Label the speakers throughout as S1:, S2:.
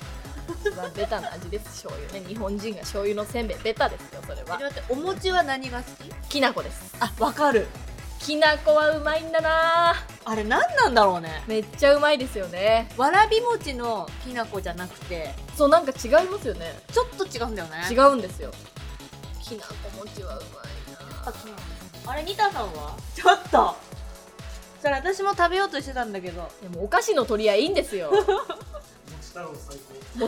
S1: 一番ベタな味です醤油ね日本人が醤油のせんべいベタですよそれは
S2: え待ってお餅は何が好き
S1: きなこです
S2: あわかる
S1: きなこはうまいんだな
S2: あれ何なんだろうね
S1: めっちゃうまいですよね
S2: わらび餅のきな粉じゃなくて
S1: そうなんか違いますよね
S2: ちょっと違うんだよね
S1: 違
S2: う
S1: うんですよきなこ餅はうまいな
S2: あれニタさんはちょっとそれ私も食べようとしてたんだけど
S1: でもうお菓子の取り合いいいんです よ
S3: したろ最高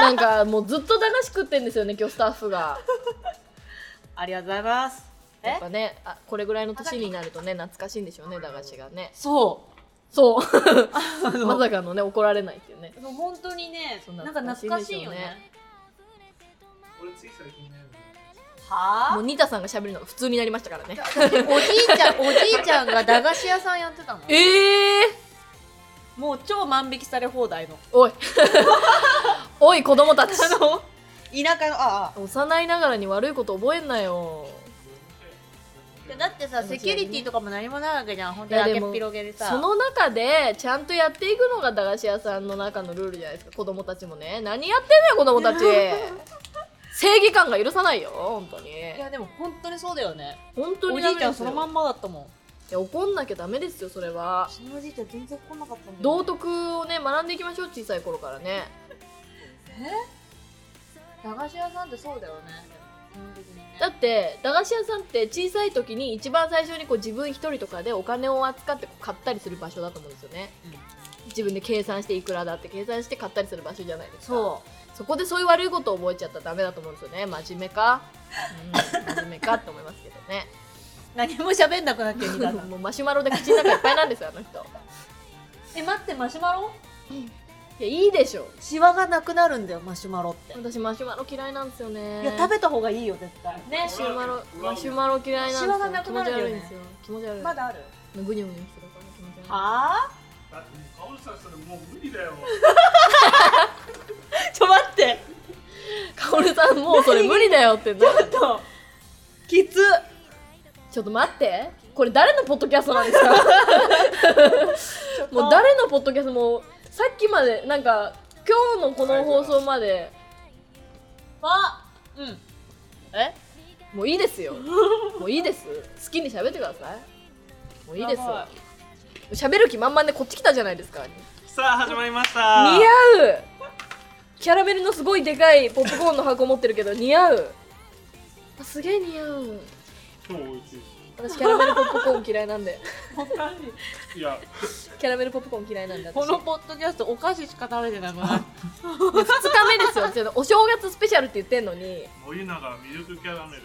S1: なんかもうずっと駄菓子食ってんですよね今日スタッフが
S2: ありがとうございます
S1: やっぱねあこれぐらいの年になるとね懐かしいんでしょうね駄菓子がね
S2: そ
S1: そううまさかのね怒られないっていうね
S2: そう本当にね
S1: そう
S2: なんか懐かしいよね
S1: 懐かしい
S3: 俺つい最近ね
S1: もう
S2: は
S1: ニタさんが喋るのが普通になりましたからね
S2: あおじいちゃんおじいちゃんが駄菓子屋さんやってたの
S1: ええ
S2: もう超万引きされ放題の
S1: おいおい子供たち
S2: あの田舎のああ
S1: 幼いながらに悪いこと覚えんなよ
S2: いやだってさ
S1: でも
S2: セキュリティとかも何もないわけじゃん本当
S1: い
S2: に
S1: や
S2: 開
S1: で
S2: け
S1: も
S2: っ広げでさ
S1: その中でちゃんとやっていくのが駄菓子屋さんの中のルールじゃないですか子供たちもね何やってんのよ子供た ち正義感が許さないよ本当に
S2: いやでも本当にそうだよね
S1: 本当
S2: お
S1: に
S2: じ
S1: ダ
S2: い
S1: メ
S2: ちゃ
S1: で
S2: ん
S1: す
S2: そ
S1: よ
S2: のまんまだったもん
S1: いや怒んなきゃダメですよそれは
S2: 私のおじいちゃん全然来なかったもん
S1: 道徳をね学んでいきましょう小さい頃からね
S2: 駄菓子屋さんってそうだよね基本的にね
S1: だって駄菓子屋さんって小さい時に一番最初にこう自分一人とかでお金を扱ってこう買ったりする場所だと思うんですよね、自分で計算していくらだって計算して買ったりする場所じゃないですか
S2: そう
S1: そこでそういう悪いことを覚えちゃったらダメだと思うんですよね真面目か、うん、真面目かって思いますけど ね
S2: 何も喋んなくなってみた
S1: もうマシュマロで口の中いっぱいなんですよあの人
S2: え待ってマシュマロ
S1: いやいいでしょ
S2: シワがなくなるんだよマシュマロって
S1: 私マシュマロ嫌いなんですよね
S2: いや食べた方がいいよ絶対
S1: マ
S2: ね
S1: シュマロマシュマロ嫌いなんですよ
S2: シワがなくなるよね
S1: 気持ち悪いんですよ気持ち悪い
S2: まだある
S1: ぐにょぐにょしてるから気持ち悪い
S2: はあ
S3: だってもうカオルさんしたらもう無理だよ
S2: ちょ待って
S1: カオルさんもうそれ無理だよってな
S2: ちょっときつ
S1: ちょっと待ってこれ誰のポッドキャストなんですかもう誰のポッドキャストもうさっきまでなんか今日のこの放送まで
S2: あうん
S1: えもういいですよもういいです好きに喋ってくださいもういいです
S2: やば
S1: 喋る気満々でこっち来たじゃないですか
S3: さあ始まりました
S1: 似合うキャラメルのすごいでかいポップコーンの箱持ってるけど似合うあすげえ似合う
S3: 今日おうち
S1: 私キャラメルポップコーン嫌いなんで
S3: いや
S1: キャラメルポップコーン嫌いなんで私
S2: このポッドキャストお菓子しか食べてなくなる
S1: 2日目ですよちょっとお正月スペシャルって言ってんのに
S3: 森永ミルクキャラメル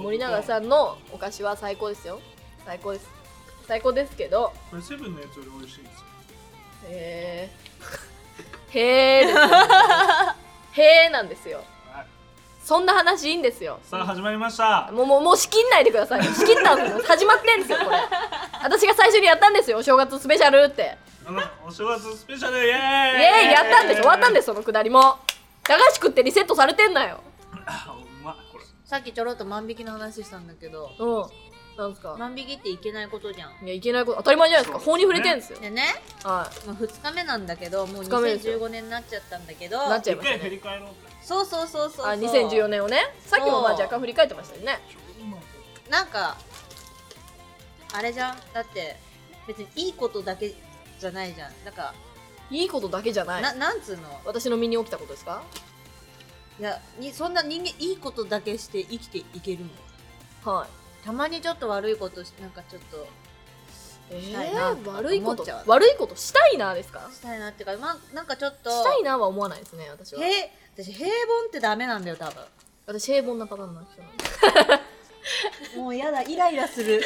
S1: 森永さんのお菓子は最高ですよ最高です最高ですけど
S3: これセブンのやつより美味しいんですよ
S1: へえへえですよへえなんですよ
S3: はい
S1: そんな話いいんですよ
S3: さあ始まりました
S1: もうもうもう仕切んないでください仕切ったんですよ始まってんですよこれ私が最初にやったんですよお正月スペシャルって
S3: あのお正月スペシャルイエーイイ
S1: イエーイやったんです終わったんですそのくだりも駄菓子食ってリセットされてんなよ
S3: あうまいこれ
S2: さっきちょろっと万引きの話したんだけど
S1: うんなんですか
S2: 万引きっていけないことじゃん
S1: いやいけないこと当たり前じゃないですか法に触れてんですよ
S2: でね、
S1: は
S2: まあ、2日目なんだけどもう
S1: 二日目ですよ
S2: 2015年になっちゃったんだけど
S1: いなっちゃい
S3: 一
S1: まし
S3: 回
S1: た
S3: 振
S1: ね
S3: り返ろうって
S2: そうそうそうそうそう
S1: あ2014年をねさっきもまあ
S2: そう
S1: 若干振り返ってましたよね
S3: う
S2: なんかあれじゃんだって別にいいことだけじゃないじゃんなんか、
S1: いいことだけじゃない
S2: ななんつうの
S1: 私の身に起きたことですか
S2: いやにそんな人間いいことだけして生きていけるの
S1: はい
S2: たまにちょっと悪いことしなんかちょっと
S1: え
S2: たいな
S1: ー、悪いこ
S2: 思っ
S1: と
S2: ちゃう
S1: 悪いことしたいなですか
S2: したいなっていうか、まあ、なんかちょっと
S1: したいなは思わないですね私は
S2: へ私平凡ってダメなんだよ多分
S1: 私平凡なパターンの人なんで
S2: もうやだイライラする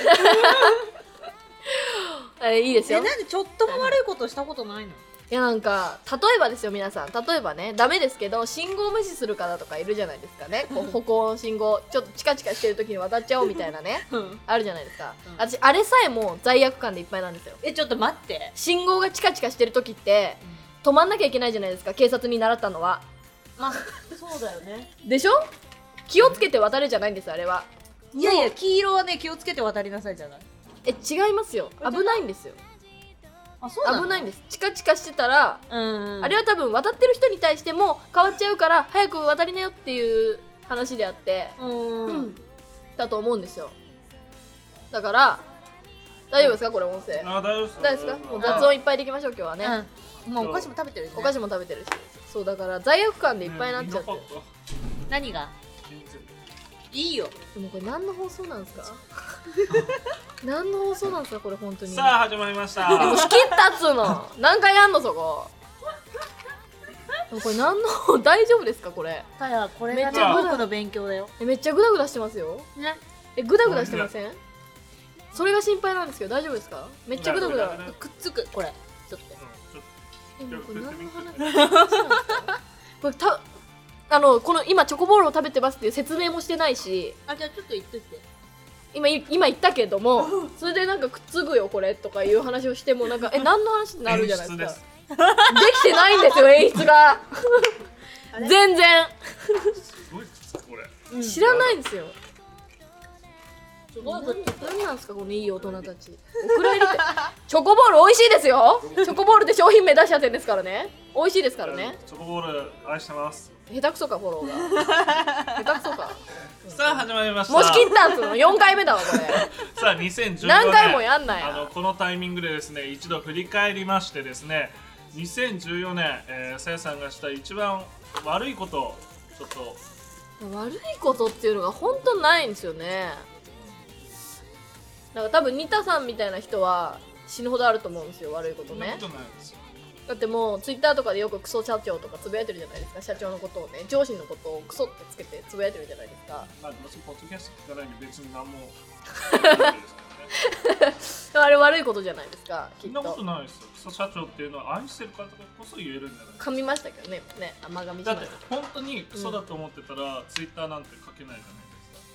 S1: えいいです
S2: え
S1: よ
S2: なんでちょっとも悪いことしたことないの
S1: いやなんか例えばですよ皆さん例えばねダメですけど信号無視する方とかいるじゃないですかねこう歩行の信号ちょっとチカチカしてる時に渡っちゃおうみたいなねあるじゃないですか、
S2: うん
S1: 私あれさえもう罪悪感でいっぱいなんですよ
S2: えちょっと待って、
S1: 信号がチカチカしてる時って止まんなきゃいけないじゃないですか警察に習ったのは
S2: まあそうだよね
S1: でしょ気をつけて渡れじゃないんですよあれはい
S2: やいや黄色はね気をつけて渡りなさいじゃない
S1: え違いますよ
S2: れじゃない
S1: 危ないんですよ
S2: あそ
S1: 危ないんですチカチカしてたら、
S2: うん、
S1: あれは多分渡ってる人に対しても変わっちゃうから早く渡りなよっていう話であって
S2: うん、
S1: うんだと思うんですよだから大丈夫ですかこれ音声
S3: あ、大丈夫っす
S1: 大丈夫ですかもう
S2: あ
S1: 雑音いっぱいできましょう今日はね、
S2: うんもうお菓子も食べてるし、ね、
S1: お菓子も食べてるしそうだから罪悪感でいっぱいになっちゃって、
S3: ね見なか
S2: 何が
S3: った全然
S2: いいよ
S1: もうこれ何の放送な んですか何の放送なんですかこれ本当に
S3: さあ始まりました
S1: でも仕切ったっつうの何回やんのそこでもこれ何の 大丈夫ですかこれ
S2: ただこれが
S1: め
S2: ね
S1: っちゃ
S2: 僕の勉強だよ
S1: えめっちゃグダグダしてますよ
S2: ね
S1: えグダグダしてませんそれが心配なんですけど大丈夫ですかめっちゃグダグダ
S3: うん
S2: くっつくこれちょっと
S3: ちょっ
S1: えもうこれ何
S3: ち
S1: の
S3: ょっ
S1: 話なんですか これたあのこの今チョコボールを食べてますっていう説明もしてないし
S2: あじゃあちょっと言っといて
S1: 今い今言ったけどもそれでなんかくっつぐよこれとかいう話をしても なんかえ何の話って
S3: と
S1: なるじゃないですか
S3: 演
S1: で
S3: 出
S1: きてないんですよ演出が
S2: あれ
S1: 全然
S3: すごいくっつくこれ
S1: 知らないんですよ
S2: す
S1: な
S2: ご
S1: いん
S2: こっち
S1: なんですかこのいい大人たちお蔵入りってチョコボール美味しいですよチョコボールで商品名出しちゃってんですからね美味しいですからね
S3: チョコボール愛してます
S1: 下手くそかフォロ ーが下手くそか
S3: さあ始まりました
S1: もし切ったんすの4回目だわこれ
S3: さあ2014年
S1: 何回もやんな
S3: あの
S1: や
S3: このタイミングでですね一度振り返りましてですね2014年えーさや、さんがした一番悪いことをちょっと
S1: 悪いことっていうのが本当ないんですよねだから多分ニタさんみたいな人は死ぬほどあると思うんですよ悪いこと
S3: そんな
S1: ね
S3: ことないですよ
S1: だってもうツイッターとかでよくクソ社長とかつぶやいてるじゃないですか社長のことをね上司のことをクソってつけてつぶやいてるじゃないですか
S3: まあ私ポッドキャスト聞かないんで別に何も ないですからね
S1: だからあれ悪いことじゃないですかき
S3: そ
S1: っ
S3: んなこと
S1: と
S3: ないですよ草社長っていうのは愛してるからこそ言えるんじゃない
S1: 噛みましたけどねね甘噛みし
S3: だ
S1: ま
S3: っ
S1: してた
S3: 本当にクソだと思ってたら、ツイッターなんて書けないじゃないですか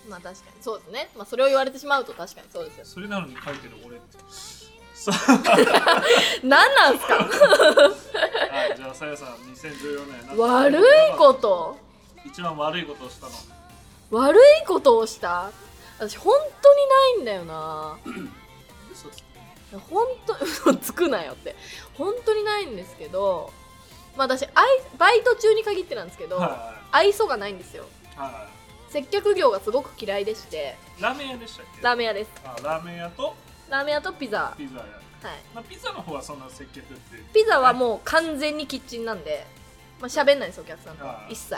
S1: まあ確かにそうですねまあそれを言われてしまうと確かにそうですよ
S3: それなのに書いてる俺ってさあ、
S1: 何なんすか
S3: はい、じゃあさやさん2014年なんか
S1: 悪いこと
S3: 一番悪いことをしたの
S1: 悪いことをした私本当にないんだよな
S3: 嘘つけ
S1: 本当 嘘つくなよって本当にないんですけどまあ私あいバイト中に限ってなんですけど、
S3: は
S1: 愛想がないんですよ
S3: いは
S1: 接客業がすごく嫌いでして
S3: いラーメン屋でしたっけ
S1: ラーメン屋です
S3: あラーメン屋と
S1: ラーメン屋とピザはい
S3: ピザ屋、まあ、ピザの方はそんな接客っていう
S1: ピザはもう完全にキッチンなんでまあ喋んないですお客さんとは
S3: はい
S1: 一切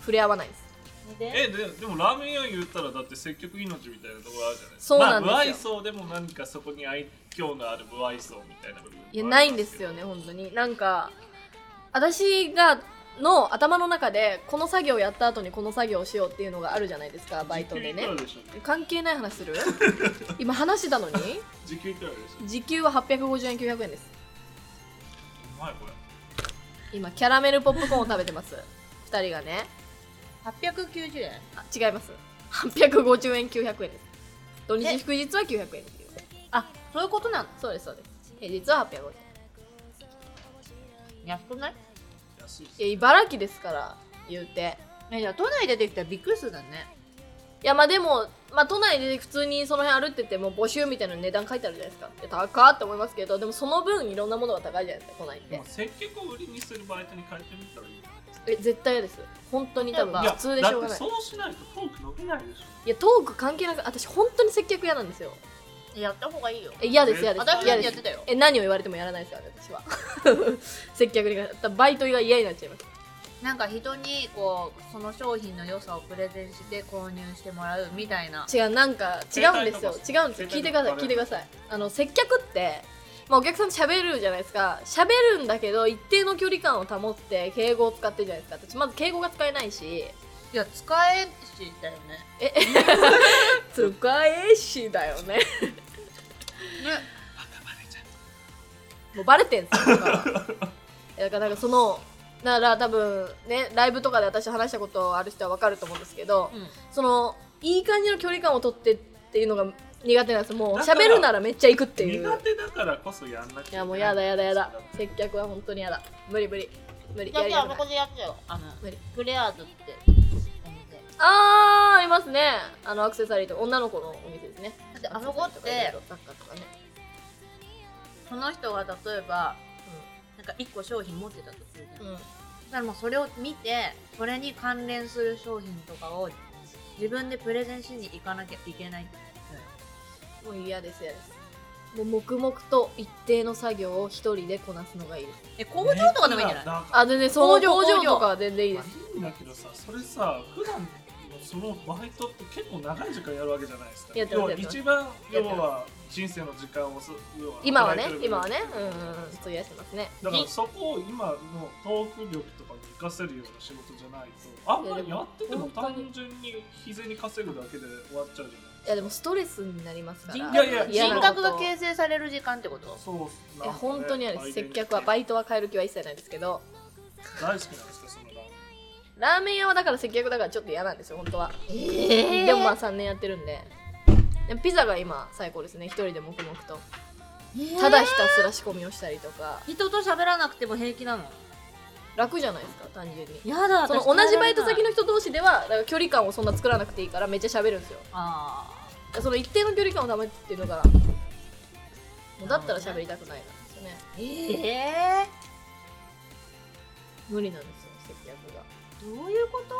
S1: 触れ合わないです
S2: で
S3: えででもラーメン屋言ったらだって接客命みたいなところあるじゃないですか
S1: そうなんですよ
S3: まあ、無愛想でも何かそこに愛嬌のある無愛想みたいな部分もあ
S1: い
S3: り
S1: や
S3: ま
S1: ないんです
S3: けど
S1: よね本当になんか私がの頭の中でこの作業やった後にこの作業をしようっていうのがあるじゃないですかバイトで
S3: 時給い
S1: ね
S3: くらでしたっけ
S1: 関係ない話する 今話してたのに
S3: 時給いくらでしたっけ
S1: 時給は850円900円です
S3: うまいこれ
S1: 今キャラメルポップコーンを食べてます2人がね
S2: 890円
S1: あ違います850円900円です土日
S2: え
S1: 祝日は900円っていう
S2: あそういうことなの
S1: そうですそうです平日は850円
S2: 安くない
S3: 安いです
S1: いや茨城ですから言うて
S2: ねじゃあ都内出てきたらびっくりするだね
S1: いやまあでも、まあ、都内で普通にその辺歩いてても募集みたいな値段書いてあるじゃないですかいや高っって思いますけどでもその分いろんなものが高いじゃないですか都内っ
S3: で
S1: て
S3: も接客を売りにするバイトに変えてみたらいいよね
S1: ええ絶対嫌です本当に多分
S2: やっ
S1: 普通でしょう
S3: だっ
S1: がない
S3: てそうしないとトーク伸びないでしょ
S1: いやトーク関係なく私本当に接客嫌なんですよ
S2: やった方がいいよ
S1: え嫌です嫌です
S2: 私
S1: 嫌
S2: だ
S1: で
S2: ってや
S1: す
S2: ってたよ
S1: え何を言われてもやらないですよ私は 接客にバイトが嫌になっちゃいます
S2: なんか人にこうその商品の良さをプレゼンして購入してもらうみたいな
S1: 違うなんか違うんですよ
S3: 携帯とか
S1: 違うんですよ聞いてくだ
S3: 携帯と
S1: さい
S3: か
S1: 聞いてくださいあの接客ってまあ、お客さんと喋るじゃないですか喋るんだけど一定の距離感を保って敬語を使ってるじゃないですか私まず敬語が使えないし
S2: いや使えんしだよね
S1: 使えしだよね
S2: ね
S1: もうバレてんすよだから だからなんかそのだから多分ねライブとかで私話したことある人は分かると思うんですけど、
S2: うん
S1: そのいい感じの距離感をとってっていうのが苦手なんですもう
S3: だから
S1: 喋るならめっちゃ行くっていう
S3: 苦手だからこそやんなきゃい
S1: いやもうやだやだやだ
S3: そう
S1: 接客は本当にやだ無理無理無理
S2: だ
S1: や
S2: っ
S1: り
S2: て
S1: たくない
S2: あそこでやってたよあの
S1: 無理
S2: クレアーズってお店
S1: あーありますねあのアクセサリーとか女の子のお店ですね
S2: だってあそこって
S1: 雑貨とかね
S2: その人が例えば、なんか1個商品持ってたとするじゃん、だからもうそれを見てそれに関連する商品とかを自分でプレゼンしに行かなきゃいけない
S1: うんもう嫌です嫌ですもう黙々と一定の作業を一人でこなすのがいいです
S2: え工場とかでもいいんじゃな
S3: だ
S2: い
S3: か
S1: あ全然その工
S2: 工場
S1: 場
S2: 工場
S1: とかは全然いい
S3: ら
S1: です
S3: いいんだけどさそれさ普段のそのバイトって結構長い時間やるわけじゃないですか
S1: やってま
S3: 要
S1: す
S3: は
S1: やってます
S3: 一番要は人生の時間をす要は
S1: 今はね
S3: 働いてる
S1: 今はねうんうんうんちょっと癒やしてますね
S3: だから
S1: い
S3: そこを今のトーク力とかに活かせるような仕事じゃないとあんまりやってても単純に日銭稼ぐだけで終わっちゃうじゃ
S1: いやでもストレスになりますから
S3: いやいや
S1: 嫌な
S2: 人
S1: こと
S2: 格が形成される時間ってこと
S3: ないそうなん
S1: いや本当にあ
S3: あ
S1: れです接客はバイトは変える気は一切ないですけど
S3: 大好きなんですかそのラーメン
S1: ラーメン屋はだから接客だからちょっと嫌なんですよ本当は、
S2: え
S1: でもまあ3年やってるんででもピザが今最高ですね一人で黙々とただひたすら仕込みをしたりとか
S2: 人と喋らなくても平気なの
S1: 楽じゃないですか単純に
S2: やだ
S1: その
S2: 私耐
S1: 同
S2: えられ
S1: じ
S2: な
S1: バ
S2: い
S1: イト先の人同士ではだから距離感をそんな作らなくていいからめっちゃ喋るんですよ
S2: あ
S1: その一定の距離感を保っていうのがもうだったら喋りたくないなんですよね
S2: ーえ
S1: 無理なんですよ接客が
S2: ー、どういうこと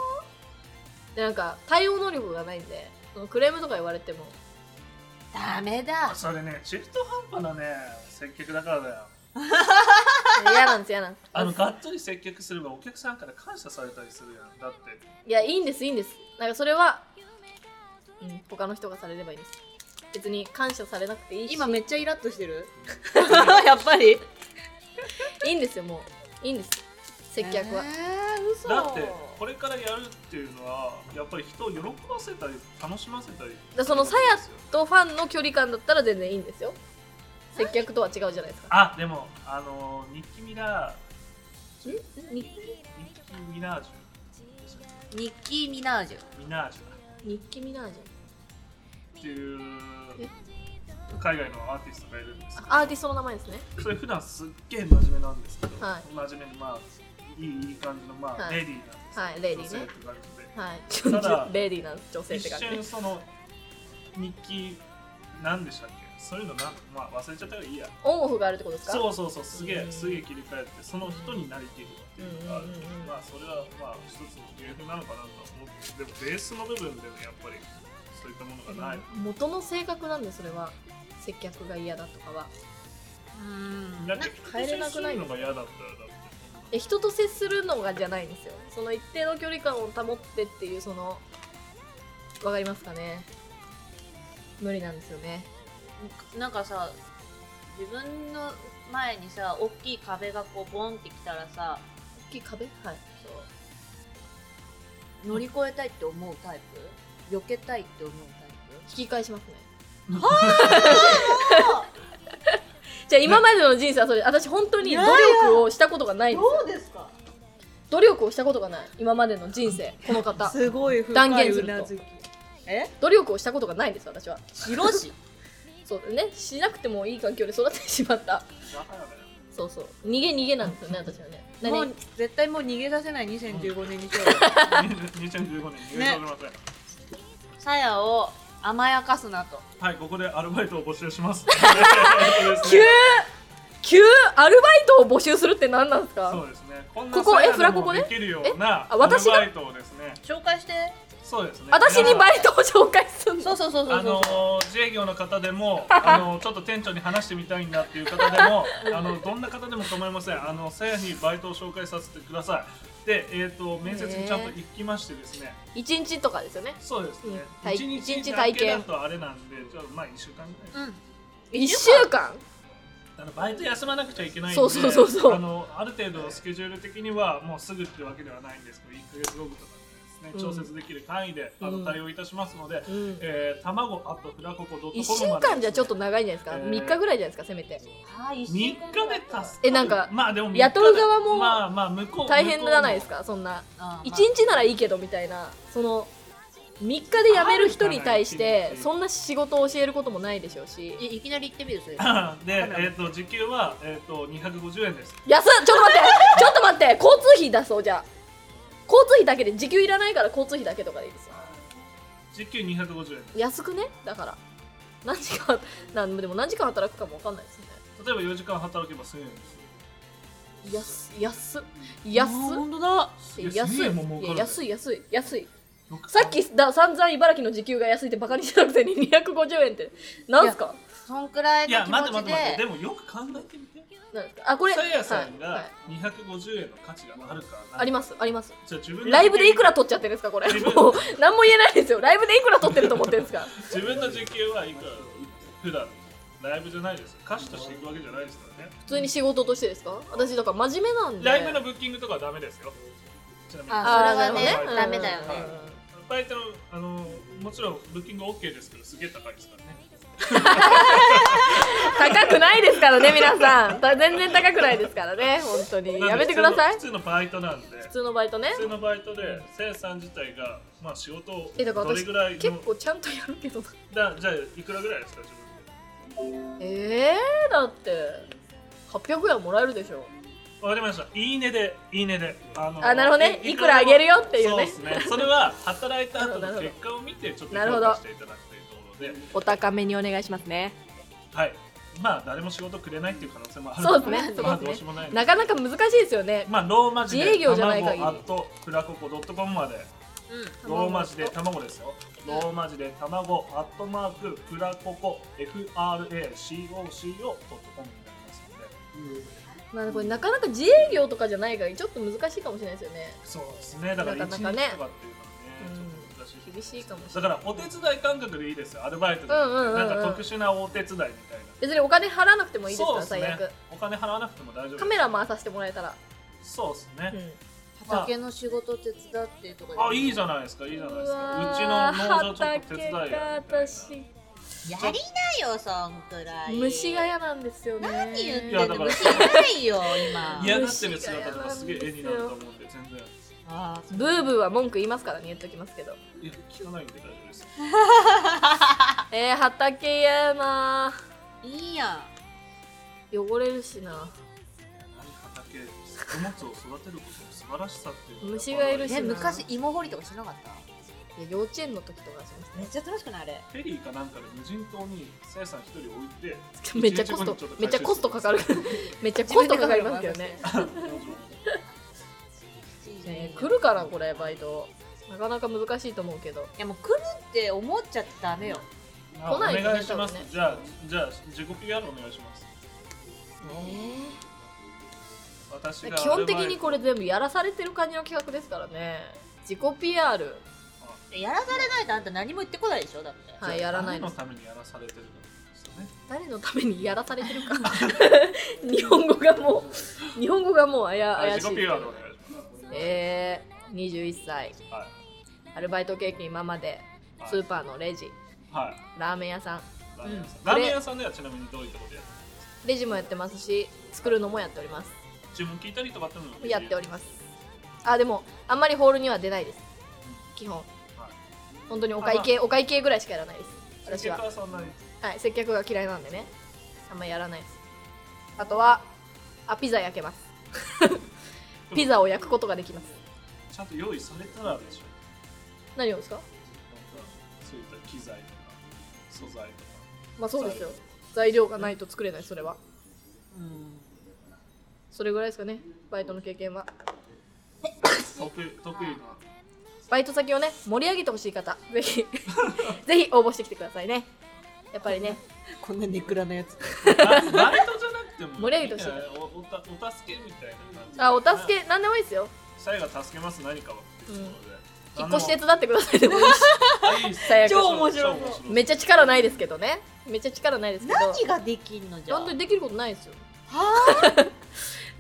S1: でなんか対応能力がないんでそのクレームとか言われても
S2: ダメだ
S3: それね中途半端なね接客だからだよ
S1: 嫌なんです嫌なんです
S3: あのがっつり接客すればお客さんから感謝されたりするやんだって
S1: いやいいんですいいんですなんかそれは、うん、他の人がされればいいんです別に感謝されなくていいし
S2: 今めっちゃイラッとして る
S1: やっぱりいいんですよもういいんです接客は、
S2: えー、嘘
S3: だってこれからやるっていうのはやっぱり人を喜ばせたり楽しませたり
S1: だそのさやとファンの距離感だったら全然いいんですよ接客とは違うじゃないですか
S3: あでもあの日記ミラージュ
S1: ん
S3: 日
S1: 日
S3: 記ミラージュでしたっ
S2: ニッキー・ミナージュ
S3: けミナージュだ
S1: 日記見なじ
S3: っていう海外のアーティストがいるんですけ
S1: ゃんアーティストの名前ですね
S3: どそれ普段すっげえ真面目なんですけど、
S1: はい
S3: 真面目にまあいいいい感じのまあ、
S1: はい
S3: レディーなんですけど
S1: はいレディー
S3: 女性
S1: ね
S3: って感じで
S1: はい
S3: ただ
S1: レディーな女性って
S3: 一
S1: 感じ
S3: 瞬その日記なんでしたっけそういうのなんまあ忘れちゃったらいいや
S1: オンオフがあるってことですか
S3: そうそうそうすげ
S1: う
S3: え
S1: ん
S3: すげえ切り替えてその人になりきるっていうのがある
S1: うんうんうんうん
S3: まあそれはまあ一つの芸風なのかなと思ってでもベースの部分でねやっぱりそういったものがない、
S1: 元の性格なんでそれは接客が嫌だとかは
S2: うん
S3: だって
S1: 帰れなくない
S3: のが嫌だったよだって
S1: いや人と接するのがじゃないんですよその一定の距離感を保ってっていうそのわかりますかね無理なんですよね
S2: なんかさ自分の前にさ大きい壁がこうボンってきたらさ
S1: 大きい壁はい
S2: そう乗り越えたいって思うタイプ避けたいって思うタ
S1: 引き返しますね
S2: イ
S1: じゃあ今までの人生はそれ私本当に努力をしたことがないん
S2: プ
S1: です
S2: うですか
S1: 努力をしたことがない今までの人生この方
S2: すごい
S1: 断言すると
S2: え
S1: 努力をしたことがないんです私は
S2: 広し
S1: そうねしなくてもいい環境で育ってしまった
S3: バカだね
S1: そうそう逃げ逃げなんですよね私はね
S2: も
S1: 何
S2: う絶対もう逃げ出せない2015年にしようよ
S3: 2015年に入れておりません、
S2: さやを甘やかすなと
S3: はいここでアルバイトを募集します
S1: 急急急アルバイトを募集するって何なんですか
S3: そうですね。こんな
S1: ここ
S3: サイダー
S1: えフラここね
S3: でもできるような
S1: あ私が
S3: アルバイトをですね。
S2: 紹介して
S3: そうですね。
S1: 私にバ
S3: イ
S1: イトを紹介するの
S2: そうそうそうそう
S3: あ
S2: そう
S3: のー自営業の方で も、あのーちょっと店長に話してみたいんだっていう方でも、あのどんな方でも構いません。あのさやにバイトを紹介させてください。で、えっ、と面接にちゃんと行きましてですね。
S1: 一日とかですよね
S3: そうですね
S1: う。ん
S3: 一、
S1: 一日
S3: 日
S1: 体
S3: だけ
S1: 験
S3: だとあれなんで、ちょっとまあ一週間ぐらい。
S2: うん
S1: 1週間
S3: あのバイト休まなくちゃいけないんで
S1: そうそうそうそう
S3: あのある程度スケジュール的にはもうすぐってわけではないんですけど1ヶ月後とかです
S1: うん
S3: ね調節できる範囲で、あ
S1: うん
S3: の対応いたしますので、
S1: うん
S3: えー、卵あとフラココドットコム
S1: 1週間じゃちょっと長いんじゃないですか、
S3: えー
S1: 3日ぐらいじゃないですかせめて
S2: あー一
S3: 3日
S2: 週
S3: で
S2: 間
S3: 足す
S1: えなんか
S3: まあでも3日
S1: 雇う側も
S3: まあまあ向こう
S1: 大変じゃないです
S3: か
S1: かそんな
S2: あー
S1: 1日ならいいけどみたいなその3日で辞める人に対してそんな仕事を教えることもないでしょうし
S2: いいきなり行ってみるそれ
S3: で、えー、と時給は、えー、と250円です
S1: 安っちょっと待ってちょっと待って交通費出そうじゃあ交通費だけで時給いらないから交通費だけとかでいいですよ
S3: 時給250円
S1: 安くねだから何時間なんでも何時間働くかもわかんないですね
S3: 例えば4時間働けば1000円です
S1: 安安安
S2: あー本当だ
S1: 安い安
S3: 1000円も儲か
S1: い
S3: る
S1: や安い安い安い
S3: よく
S1: さっきだ散々茨城の時給が安いってバカにしてたくせに250円ってなんすか
S2: そんくらい
S3: い
S2: の
S3: や
S2: 気持
S3: 待って待って
S2: ち
S3: 待ってで
S2: で
S3: もよく考えてみて
S1: なんですかあこれ
S3: さやさん
S1: はいは
S3: が
S1: い
S3: 250円の価値があるからな
S1: ありますあります
S3: じゃあ自分の
S1: ライブでいくら取っちゃってるんですかこれ
S3: 自分
S1: もう何も言えないですよライブでいくら取ってると思ってるんですか
S3: 自分の時給はいくら普段ライブじゃないです歌手としていくわけじゃないですからね
S1: 普通に仕事としてですか私だから真面目なんで
S3: ライブのブッキングとかはダメですよちなみに
S2: あ
S1: あー
S2: それはね
S1: なるほど
S2: ダメだよね
S1: うん
S3: バイトのあのもちろんブッキング OK ですけどすげえ高いですからね
S1: 高くないですからね皆さんた全然高くないですからね本当にやめてください
S3: 普通の普通のバイトなんで
S1: 普通のバイトね
S3: 普通のバイトで生産自体がまあ仕事を
S1: えだから
S3: どれ
S1: 私
S3: ぐらい
S1: 結
S3: の
S1: 構ちゃんとやるけどな
S3: だじゃあいくらぐらいですか自分で
S1: えー、だって800円もらえるでしょ
S3: わかりました。いいねで、いいねで。あの
S1: あなるほどねいくらあげるよっていうね
S3: そうですね。それは働いた後
S1: なるほ
S3: の
S1: ど
S3: 結果を見て、ちょっと
S1: なるほ
S3: 評
S1: ど
S3: 価していただくというところで、
S1: お高めにお願いしますね
S3: はい。まあ、誰も仕事くれないっていう可能性もある
S1: そうです
S3: ま
S1: ね
S3: あ、
S1: そうですね
S3: どうしようもない。
S1: なかなか難しいですよね
S3: まあ、ローマ字で、
S1: 自営業じゃない限り
S3: 卵アットフラココドットコムまで、
S2: う
S3: ローマ字で卵ですよ。ローマ字で卵アットマークフラココ FRACOCO ドットコムになりますので、
S1: まあこれなかなか自営業とかじゃないからちょっと難しいかもしれないですよね
S3: そうですね。だから
S1: な
S3: 一
S1: か
S3: 日
S1: な
S3: とか
S1: か
S3: っていうのは
S1: ね
S3: ね、ちょっと難しい。
S1: 厳しいかもし
S3: だ
S1: れ
S3: か
S1: ない
S3: らお手伝い感覚でいいですよアルバイトで、
S1: うんうんうんうん
S3: なんか特殊なお手伝いみたいな
S1: 別にお金払わなくてもいいですから
S3: そう
S1: 最
S3: っすね
S1: 悪
S3: お金払わなくても大丈夫
S1: カメラ回させてもらえたら、
S3: そうです
S1: う
S3: ね、
S1: ん
S2: 畑の仕事手伝ってとか
S3: あいいじゃ
S2: ん
S3: ないですかいいじゃないです
S1: わ
S3: かうちの農場ちょっと手伝いや
S1: 畑が
S3: みたい
S1: 私
S2: やりなよそんくらい
S1: 虫が嫌なんですよね
S2: 何言っ
S3: いや
S2: て
S3: だ
S2: んの
S3: から
S2: 虫いないよ今
S3: な嫌がってる姿とかすげえ絵になると思うんで全然
S2: あー
S1: ブーブーは文句言いますからね言っときますけど
S3: いや聞かないんで大丈夫です
S1: えー、畑嫌やない
S2: いや
S1: 汚れるしな
S3: 畑作物を育てることの素晴らしさっていうのは
S1: 虫がいる
S2: ん
S1: し
S2: え昔芋掘りとかしなかった
S1: いや幼稚園の時とかしまし
S2: めっちゃ楽しくないあれ
S3: フェリーかなんかで無人島に生産一人置いて
S1: ためっちゃコス
S3: 一日後
S1: ト
S3: にょっと回収する
S1: めっちゃコス トかかるめっちゃコストかかりますけどね
S2: いいじゃんいい
S1: ね
S2: じゃ
S1: 来
S2: ん
S1: るからこれバイトなかなか難しいと思うけど
S2: いやもう来るって思っちゃってダメよ
S3: あ
S1: 来ないですね
S3: お願いします、
S1: 多分ね
S3: じゃあじゃあ自己 PR お願いします私が
S1: 基本的
S3: アルバイ
S1: に
S3: ト
S1: これ全部やらされてる感じの企画ですからね自己 PR
S2: やらされないとあんた何も言ってこないでしょ だって
S1: はいやらないで
S3: 何
S1: す
S3: のためにやらされてるんですよね
S1: 誰のためにやらされてるか 日本語がもう日本語がもうあや
S3: はい
S1: 怪し
S3: 自己
S1: い
S3: PR お願いします
S1: えー、21歳
S3: は
S1: アルバイト経験今まで
S3: はい
S1: スーパーのレジ
S3: いはい
S1: ラーメン屋さん
S3: ラーメン屋さん
S1: うん
S3: ラーメン屋さんではちなみにどういったことやって
S1: レジもやってますし作るのもやっております
S3: 注文聞いたりとかっていうのも
S1: やっており
S3: ま
S1: ますあでもあんまりホールには出ないです基本本当にお会計お会計ぐらいしかやらないです私は
S3: そんなに
S1: はい接客が嫌いなんでねあんまやらないですあとはあピザ焼けます ピザを焼くことができます
S3: ちゃんと用意されたらでしょ
S1: 何をですか
S3: なんかそういった機材とか素材とか
S1: まあそうですよ材料がないと作れないそれは
S2: うん
S1: それぐらいですかねバイトの経験は
S3: 得意得意な
S1: バイト先をね盛り上げてほしい方 ぜひぜひ応募してきてくださいねやっぱ りね
S4: こんなネクラなやつ
S3: バイトじゃなくても
S1: 盛り上げてほ
S3: み
S1: しい
S3: んなおおたお助けみたいな感じ
S1: あお助け何でもいいですよ
S3: さやが助けます何かを、
S1: うん
S3: そうで
S1: 引っ越し手伝ってください でもいいし
S3: あのいいっす
S1: さやか
S4: 超面白い
S3: 超面白い
S1: めっちゃ力ないですけどねめっちゃ力ないですけど
S4: 何ができんのじゃあ
S1: 本当にできることないですよ
S4: は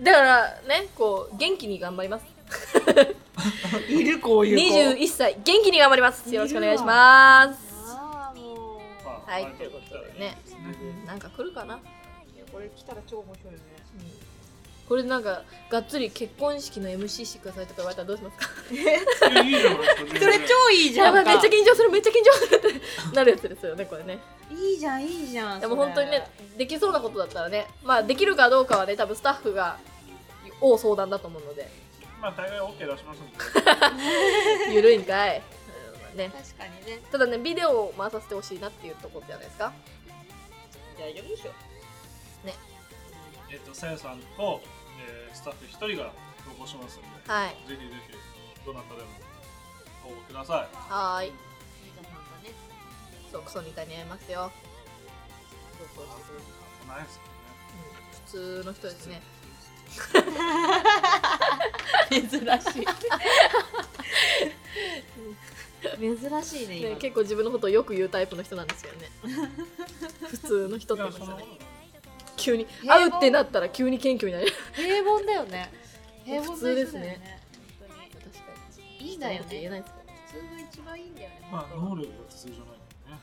S1: だからねこう元気に頑張ります
S4: あいるこういう子
S1: 21歳元気に頑張りますよろしくお願いします
S4: ああもう
S3: まあ
S1: はい
S3: バイト
S1: ということでね
S3: すね
S1: なんか来るかな、
S4: これ来たら超面白いね
S1: これなんかがっつり結婚式の MC してくださいとか言われたらどうしますか
S3: いやいいじゃないですか全然
S4: それ超いいじゃ
S1: や
S4: ん
S1: ばい
S4: か
S1: めっちゃ緊張するめっちゃ緊張するって なるやつですよねこれね
S4: いいじゃんいいじゃん
S1: でも
S4: それ
S1: 本当にねできそうなことだったらねまあできるかどうかはね多分スタッフがを相談だと思うので
S3: まあ大概 OK 出しますもんね
S1: ゆるいんかい、うんね、
S4: 確かにね
S1: ただねビデオを回させてほしいなっていうところじゃないですか
S4: 大丈夫でしょ
S3: えっとさやさんと、えー、スタッフ一人が応募しますんで
S1: はい
S3: ぜひぜひどなたでも応募ください
S1: はーい
S2: なんかね
S1: そうクソみたいに会いますよ
S3: ないですよね
S1: 普通の人ですね
S4: 珍しい珍 しいね
S1: ね
S4: 今
S1: 結構自分のことをよく言うタイプの人なんですよね 普通の人っ
S3: い
S1: て
S3: や
S1: こと
S3: そん
S1: です
S3: なこ
S1: よ
S3: とない
S1: ね急 に
S4: 平
S1: 会
S4: 凡
S1: うってなったら急に謙虚になる
S4: 平凡だよね平凡
S1: 普通ですね
S4: な人だよ
S1: 確か
S4: 本当にいい
S1: に
S4: んだよ
S1: 言え
S4: ね
S1: ないですから
S4: 普通が一番いいんだよね
S3: まあ
S4: 本
S3: 能力が普通じゃないからね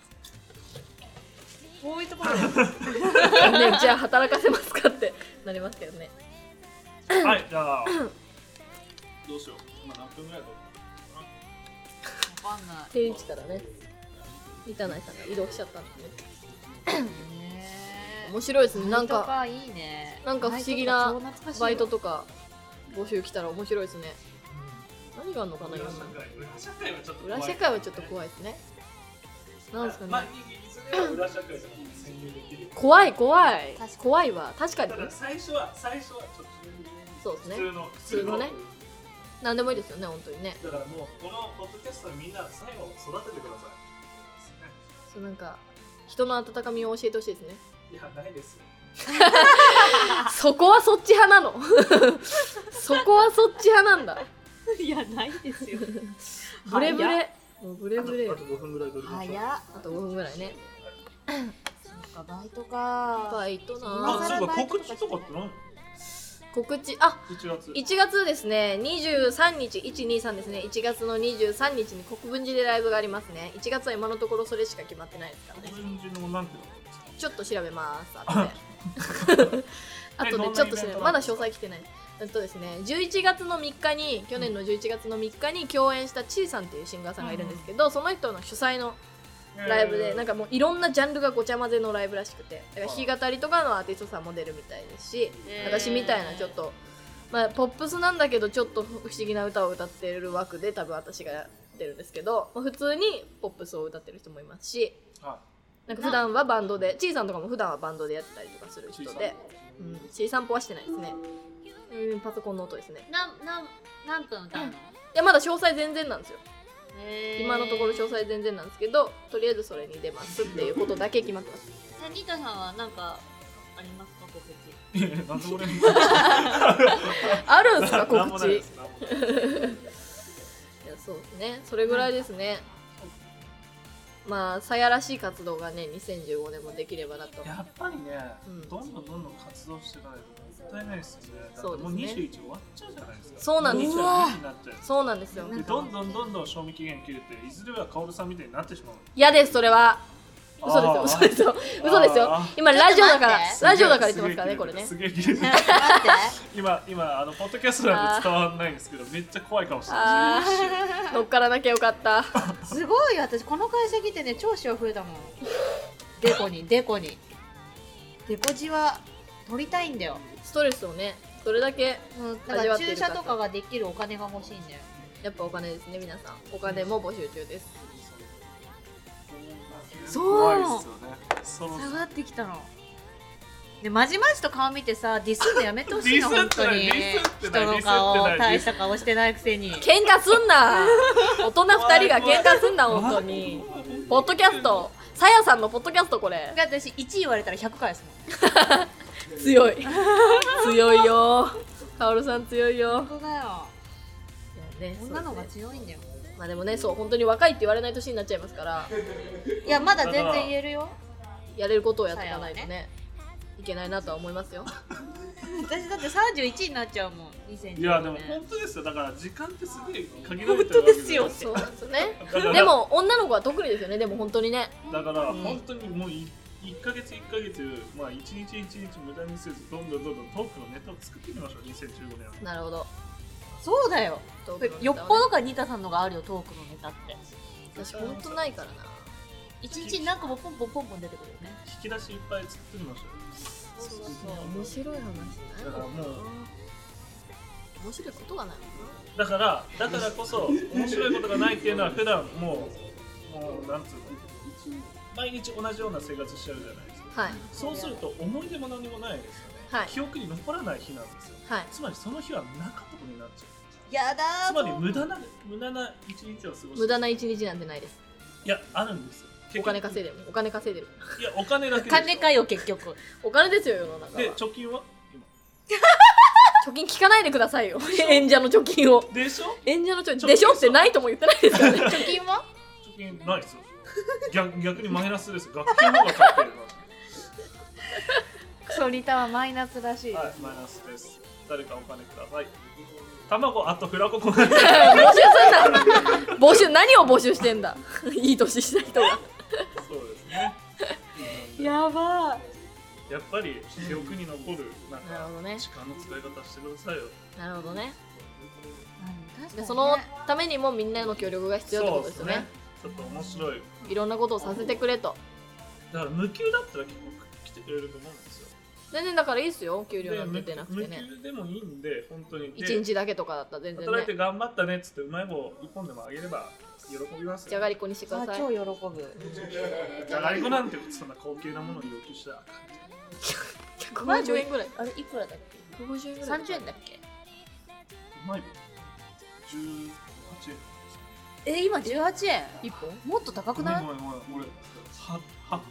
S4: 当こういうとこ ろ
S1: ね、じゃあ働かせますかってなりますけどね
S3: はい、じゃあ、どうしよう。今何分ぐらいだろ
S2: わかんない
S1: 定位置からね三田内さんが移動しちゃったんでね
S4: ね
S1: 面白いですねな
S4: バイ
S1: ん
S4: ト
S1: か
S4: かいいね
S1: なんか不思議なバイト
S4: か
S1: とか募集来たら面白いですね何があるのか
S3: う
S1: な
S3: 裏
S1: 今
S3: 社会、裏社会はちょっと怖い。
S1: 裏社会はちょっと怖いですねなんですかね、
S3: まあ、いずれは裏社会とかに潜入できる。
S1: 怖い怖い
S4: 確かに
S1: 怖いわ確かに
S3: ただ最初は、最初はちょっ
S1: そうで
S3: と普
S1: すね
S3: 通の、普
S1: 通のね何でもいいですよね本当にね
S3: だからもう、このポッドキャストはみんな最後育ててください。
S1: そうなんか人の温かみを教えてほしいですね
S3: いや、ないですよ。
S1: そこはそっち派なの そこはそっち派なんだ
S4: いやないですよ
S1: ブレブレもうブレ
S3: あと
S1: ブレよ
S3: 5分ぐらい取り ましょう。
S4: 早っ
S1: あと5分ぐらいね
S4: そっかバイトか
S1: バイト
S4: 今
S1: な
S3: あ、
S1: あ
S4: 更
S3: そうか、告知とかって何
S1: 告知あ
S3: ?1 月。
S1: 1月ですね23日123ですね1月の23日に国分寺でライブがありますね1月は今のところそれしか決まってないですからね
S3: 国分寺の何ていうの
S1: ちょっと調べます。後 で。後でちょっと調べますまだ詳細来てない。えっとですね、11月の3日に去年の11月の3日に共演したちいさんっていうシンガーさんがいるんですけど、その人の主催のライブで、なん
S3: か、
S1: かもういろんなジャンルがごちゃ混ぜのライブらしくてだから弾き語りとかのアーティストさんも出るみたいですし、
S2: へー
S1: 私みたいなちょっと、まあ、ポップスなんだけどちょっと不思議な歌を歌ってる枠で多分私がやってるんですけど、まあ、普通にポップスを歌ってる人もいますし
S3: は
S1: なんか普段はバンドで、ちいさんとかも普段はバンドでやってたりとかする
S3: い、小
S1: 人
S3: さ
S1: で、うん、ちいさんぽはしてないですね。うん、パソコンの音ですね。
S2: なんなん何分歌うの
S1: いや、まだ詳細全然なんですよ。
S2: へー
S1: 今のところ詳細全然なんですけど、とりあえずそれに出ますっていうことだけ決まってます。
S2: さニータさんはなんかありますか告知
S3: いやいやなんで俺に。
S1: あるんすか、
S3: なんも
S1: 告
S3: な
S1: 知。
S3: い
S1: い
S3: ですなんもないです
S1: や、そうですね。それぐらいですね。まあ、さやらしい活動がね、2015年もできればなと。
S3: やっぱりね、
S1: うん
S3: どんどんどんどん活動していかないともったいないですよね。だって
S1: そうで
S3: も
S1: す
S3: う
S1: ね
S3: 21終わっちゃうじゃないですか。
S1: そうなんですよ
S3: 21になっちゃ
S1: そうなんですよ。
S3: う。でどんどんどんどん賞味期限切れて、いずれはカオルさんみたいになってしまう。
S1: 嫌です、それは。嘘ですよ、
S3: あー
S1: 嘘ですよ。嘘ですよ
S3: あ。
S1: 今、ラジオだから
S2: ちょっと待っ、て
S1: ラジオだから言ってますからね、これね。
S3: すげえ切れてる。
S2: 待って
S3: 今、今、あの、ポッドキャストなんで伝わらないんですけど、めっちゃ怖い顔してま
S1: あ
S3: すね。
S1: ー乗っからなきゃよかった。
S4: すごいよ私この会社来てね超塩増えたもんデコ にデコにデコじは取りたいんだよ、
S1: ストレスをね、それだけ
S4: うん、だか
S1: 味
S4: ら
S1: わってる
S4: 注
S1: から
S4: 射とかができるお金が欲しいんだよ
S1: やっぱお金ですね、皆さん。お金も募集中です。
S4: そう
S3: 怖いですよね。そろそろ
S4: 下がってきたのでまじまじと顔見てさディスんのやめてほしいの
S3: ディスっ
S4: 本
S3: て
S4: 当
S3: ない
S4: に
S3: ディスってな
S4: 人
S3: い
S4: の
S3: ディス
S4: 顔
S3: ってない
S4: 大した顔してないくせ に
S1: 喧嘩すんな大人二人が喧嘩すんな本当にポッドキャストさやさんのポッドキャストこれ
S4: だって私1言われたら100回ですもん
S1: 強い強いよカオルさん強いよ
S4: 本当だよ
S1: ね
S4: 女の方が
S1: そうですね
S4: 強いんだよ
S1: まあでもねそう本当に若いって言われない年になっちゃいますから
S4: いやまだ全然言えるよ
S1: やれることをやっていかないと
S4: さやは
S1: ねいけないなとは思いますよ
S4: 私だって31になっちゃうもん2020
S3: いやでも
S4: 年
S3: 本当ですよだから時間ってすげえ限られてるわ
S4: 本
S3: け
S4: 当ですよ
S1: そうですね
S3: だから
S1: でも女の子は特にですよねでも本当にね
S3: だから本当にもうい1ヶ月1ヶ月まあ一日一日無駄にせずどんどんどんどんトークのネタを作っていきましょう2015年は
S1: なるほど
S4: そうだよ
S1: トークのネタはね
S4: よっぽどか新田さんのがあるよトークのネタって
S1: 私本当ないからな
S4: 一日に何個もポンポンポンポン出てくるよね
S3: 引き出しいっぱい作ってみましょ
S1: そう面白い話ない
S3: だからもう
S1: 面白いことがないう
S3: だからだからこそ面白いことがないっていうのは普段もうもうなんつうの毎日同じような生活しちゃうじゃないですか
S1: はい
S3: そうすると思い出も何もないですよね、
S1: はい
S3: 記憶に残らない日なんですよ
S1: はい
S3: つまりその日はなかったことになっちゃう
S4: やだー
S3: つまり無駄な無駄な一日を過ごす
S1: 無駄な一日なんてないです
S3: いやあるんですよ
S1: お金
S3: 結
S1: 稼いでるお金稼いでる
S3: 局いやお金だけでしょ
S4: 金かよ結局
S1: お金ですよ世の中
S3: で
S1: は
S3: 貯金は今
S1: 貯金聞かないでくださいよ演者の貯金を
S3: でしょ
S1: 演者の貯
S3: 貯
S1: 金
S3: 金
S1: でしょってないとも言ってないですよね
S4: 貯金は
S3: 貯金ないですよ逆逆にマイナスです学金の方が勝ってる
S4: クソリタはマイナスらしい、
S3: はい、マイナスです。誰かお金ください。卵あとフラココが。
S1: 募集すんな募集何を募集してんだいい年した人が
S3: そうですね。
S4: やばー
S3: やっぱり記憶に残るなん
S1: なる
S3: か
S1: ほどね
S3: 時間の使い方してくださいよ。
S1: なるほどね
S4: うん確かに
S1: で
S4: ね
S1: そのためにもみんなの協力が必要ってことですよね
S3: そうですね。ちょっと面白い。
S1: いろんなことをさせてくれと
S3: だから無給だったら結構来てくれると思うんですよ。
S1: 全然だからいいですよ給料
S3: で
S1: なん
S3: 無
S1: て出なくて
S3: 無
S1: ね
S3: 給でもいいんで本当に。で
S1: 一日だけとかだったら全然
S3: 働いて
S1: ね
S3: 頑張ったねっつってうまい棒一本でもあげれば喜びますよ。
S1: じゃがりこにしてく
S4: さ
S1: だ
S4: あ
S1: さい
S4: 超喜ぶ
S3: じゃがりこなんてそんな高級なものを要求したらあかん。
S1: 150円ぐらい
S4: あれいくらだっけ
S1: 150円ぐらい
S4: 30円だっけ
S3: うまい棒。十八円。
S4: え今18円
S1: 1本
S4: もっと高くない
S3: ごめんごめんごめん俺はは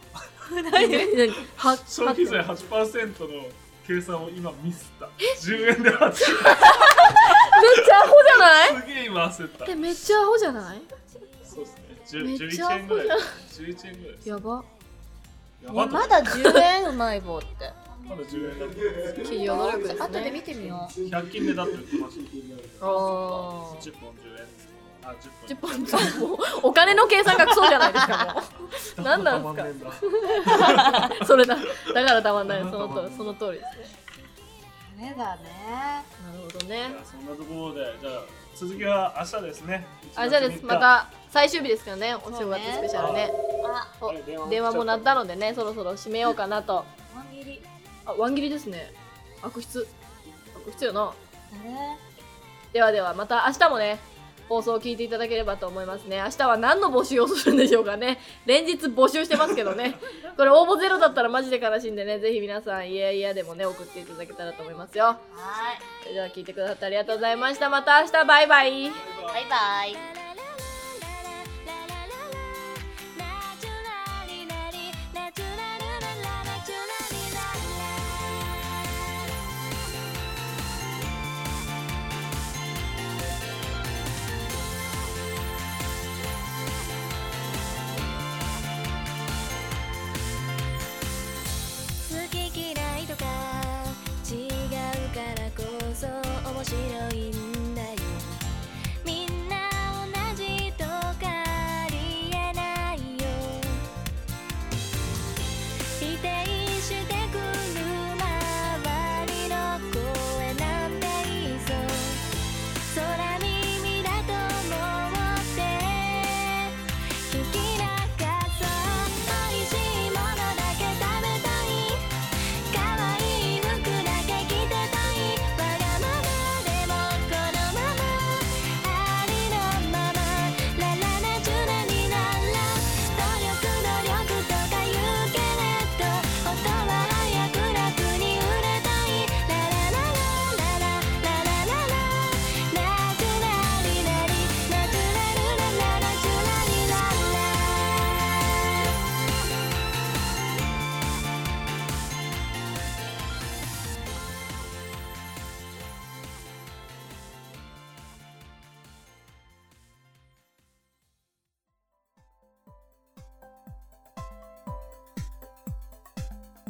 S1: 何何は
S3: 消費税8%の計算を今ミスった10円で8円す
S1: めっちゃアホじゃない
S3: げえ今焦った
S1: えめっちゃアホじゃない
S3: そうです
S1: め
S3: ね
S1: っ
S3: 10
S1: ちゃ
S3: 11円ぐらい11円ぐらいです
S1: やば
S3: やば
S4: ね
S3: っ
S4: まだ10円うまい棒って
S3: まだ10円だった
S1: 企業努力ですね
S4: 後で見てみよう
S3: 100均でだって売ってました10
S1: あー
S3: 本10円あ10
S1: 10
S3: 本
S1: 本10本 お金の計算がクソじゃないですかも
S3: 10
S1: 何なん すか
S3: すか
S1: うそれだだからたまんないそのとその通りですね
S4: ダメだね
S1: なるほどね
S3: そんなところでじゃあ続きは明日ですね
S1: あじゃあですまた最終日ですからねお正月スペシャルね
S4: あ
S1: お電話も鳴ったのでねそろそろ締めようかなと
S4: ワン切り
S1: あワン切りですね悪質悪質よな
S4: だね
S1: ではではまた明日もね放送を聞いていただければと思いますね明日は何の募集をするんでしょうかね連日募集してますけどねこれ応募ゼロだったらマジで悲しいんでねぜひ皆さんいやいやでもね送っていただけたらと思いますよ
S4: は
S1: それでは聞いてくださってありがとうございましたまた明日バイバイ
S4: ーいバイバイ
S5: ララララララララララナチュラリナリナチュラルララナチュラリララ好き嫌いとか違うからこそ面白いんだよみんな同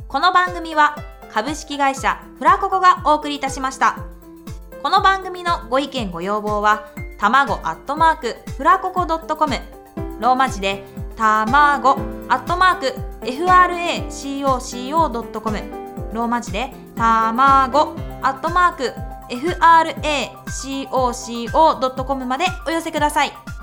S6: この番組は株式会社フラココがお送りいたしましたこの番組のご意見ご要望は卵アットマークフラココ .com ローマ字で卵アットマーク FRACOCO.com ローマ字で卵アットマーク FRACOCO.com までお寄せください